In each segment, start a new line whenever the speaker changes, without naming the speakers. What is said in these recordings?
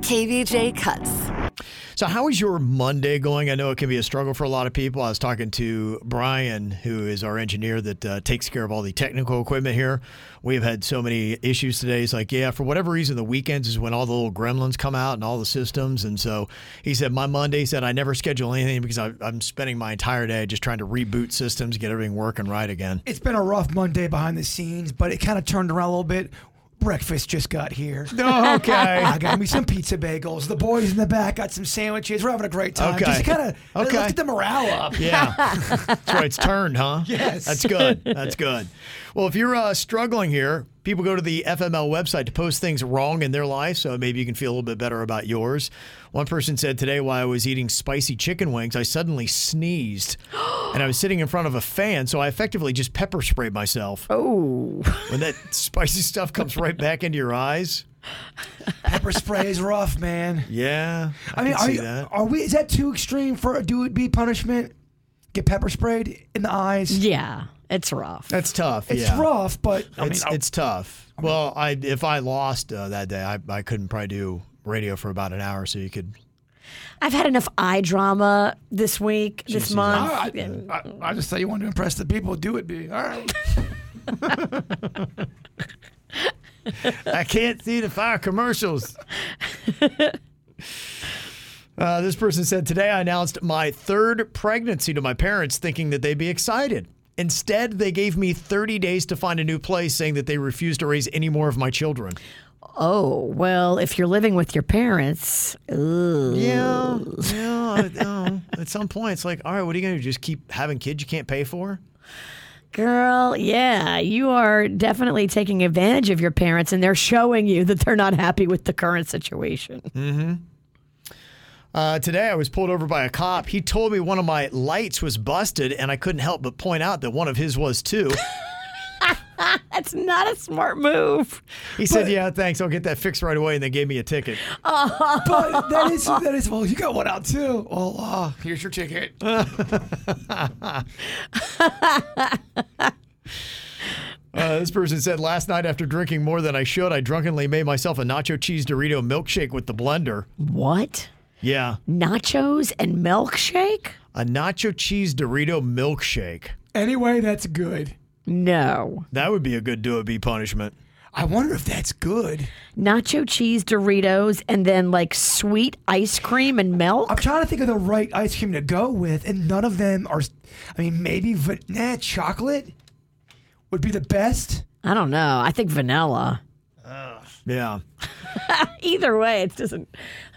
KVJ cuts.
So, how is your Monday going? I know it can be a struggle for a lot of people. I was talking to Brian, who is our engineer that uh, takes care of all the technical equipment here. We've had so many issues today. He's like, yeah, for whatever reason, the weekends is when all the little gremlins come out and all the systems. And so he said, my Monday he said I never schedule anything because I, I'm spending my entire day just trying to reboot systems, get everything working right again.
It's been a rough Monday behind the scenes, but it kind of turned around a little bit. Breakfast just got here.
Oh, okay.
I got me some pizza bagels. The boys in the back got some sandwiches. We're having a great time.
Okay.
Just kind of
Okay.
okay. let's get the morale up.
Yeah. That's why it's turned, huh?
Yes.
That's good. That's good. Well, if you're uh, struggling here, people go to the FML website to post things wrong in their life, so maybe you can feel a little bit better about yours. One person said today, while I was eating spicy chicken wings, I suddenly sneezed, and I was sitting in front of a fan, so I effectively just pepper sprayed myself. Oh. When that spicy stuff comes right back into your eyes.
Pepper spray is rough, man.
Yeah. I,
I mean,
can
are,
see
you-
that.
are we? Is that too extreme for a do it be punishment? Get pepper sprayed in the eyes.
Yeah, it's rough.
That's tough.
It's
yeah.
rough, but I mean,
it's,
I-
it's tough. well, I if I lost uh, that day, I, I couldn't probably do radio for about an hour, so you could.
I've had enough eye drama this week, this
Jesus.
month.
I, I, I, I just thought you wanted to impress the people. Do it be all right.
I can't see the fire commercials. uh, this person said today I announced my third pregnancy to my parents, thinking that they'd be excited. Instead, they gave me 30 days to find a new place, saying that they refuse to raise any more of my children.
Oh, well, if you're living with your parents, ugh.
Yeah, yeah. I- oh, at some point, it's like, all right, what are you going to do? Just keep having kids you can't pay for?
girl, yeah, you are definitely taking advantage of your parents and they're showing you that they're not happy with the current situation.
Uh, today, I was pulled over by a cop. He told me one of my lights was busted, and I couldn't help but point out that one of his was too.
That's not a smart move.
He said, "Yeah, thanks. I'll get that fixed right away," and they gave me a ticket.
but that is that is well, you got one out too. Well, uh, here's your ticket.
Uh, this person said, "Last night, after drinking more than I should, I drunkenly made myself a nacho cheese Dorito milkshake with the blender."
What?
Yeah,
Nachos and milkshake?
a nacho cheese Dorito milkshake.
Anyway, that's good.
No.
That would be a good do it be punishment.
I wonder if that's good.
Nacho cheese Doritos and then like sweet ice cream and milk?
I'm trying to think of the right ice cream to go with, and none of them are. I mean, maybe vanilla chocolate would be the best.
I don't know. I think vanilla.
Yeah.
Either way, it doesn't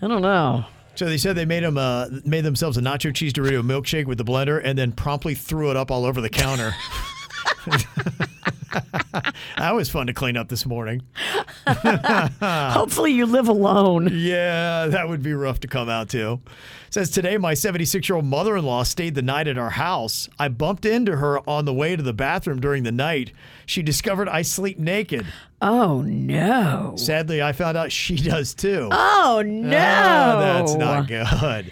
I don't know.
So they said they made them uh, made themselves a nacho cheese Dorito milkshake with the blender, and then promptly threw it up all over the counter. that was fun to clean up this morning.
Hopefully you live alone.
Yeah, that would be rough to come out to. Says today, my 76 year old mother in law stayed the night at our house. I bumped into her on the way to the bathroom during the night. She discovered I sleep naked.
Oh no.
Sadly, I found out she does too.
Oh no.
Ah, that's not good.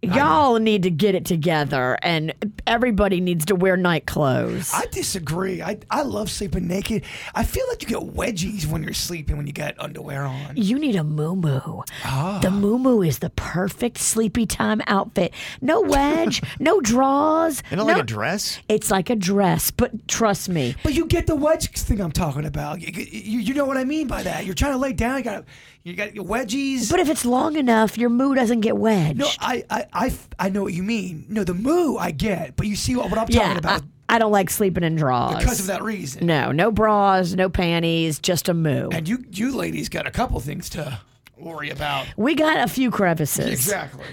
Y'all need to get it together and everybody needs to wear night clothes.
I disagree. I, I love sleeping naked. I feel like you get wedgies when you're sleeping when you got underwear on.
You need a moo The moo is the perfect sleepy time outfit. No wedge, no draws.
Isn't it
no,
like a dress?
It's like a dress, but trust me,
But you get the wedge thing I'm talking about. You, you, you know what I mean by that. You're trying to lay down. You got you got your wedgies.
But if it's long enough, your moo doesn't get wedged.
no, I, I, I f- I know what you mean. No, the moo I get, but you see what, what I'm
yeah,
talking about
I, I don't like sleeping in draws.
because of that reason.
No, no bras, no panties, just a moo.
And you you ladies got a couple things to worry about.
We got a few crevices.
Exactly.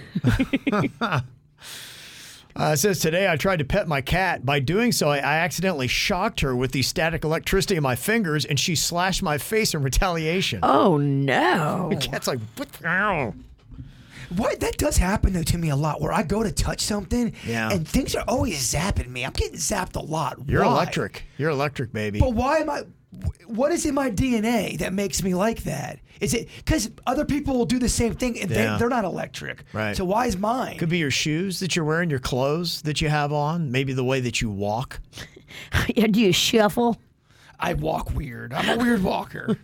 Uh, it says today I tried to pet my cat. By doing so, I, I accidentally shocked her with the static electricity in my fingers, and she slashed my face in retaliation.
Oh no.
The cat's like, what? Ow.
What that does happen though to me a lot, where I go to touch something,
Yeah.
and things are always zapping me. I'm getting zapped a lot.
You're
Why?
electric. You're electric, baby.
But why am I? wh- What is in my DNA that makes me like that? Is it because other people will do the same thing and
Yeah.
they, they're not electric?
Right.
So why is mine?
Could be your shoes that you're wearing, your clothes that you have on, maybe the way that you walk.
Yeah, Do you shuffle?
I walk weird. I'm a weird walker.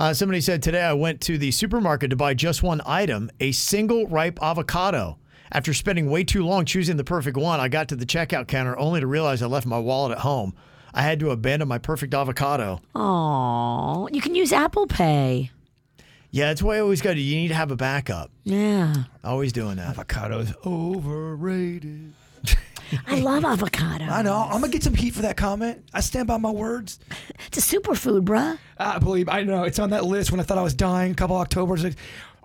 Uh, somebody said today I went to the supermarket to buy just one item, a single ripe avocado. After spending way too long choosing the perfect one, I got to the checkout counter only to realize I left my wallet at home. I had to abandon my perfect avocado.
Aw. You can use Apple Pay.
Yeah, that's why I always go to you need to have a backup.
Yeah.
Always doing that.
Avocados overrated.
I love avocado.
I know. I'm gonna get some heat for that comment. I stand by my words.
It's a superfood, bruh.
I believe I know it's on that list. When I thought I was dying, a couple October's like,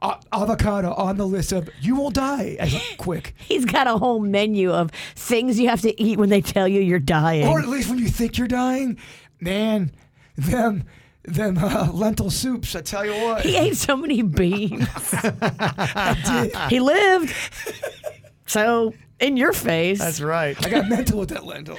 "A- avocado on the list of you won't die. I was like, quick,
He's got a whole menu of things you have to eat when they tell you you're dying.
or at least when you think you're dying, man, them them uh, lentil soups. I tell you what,
he ate so many beans. he lived. So, in your face.
That's right.
I got mental with that lentil.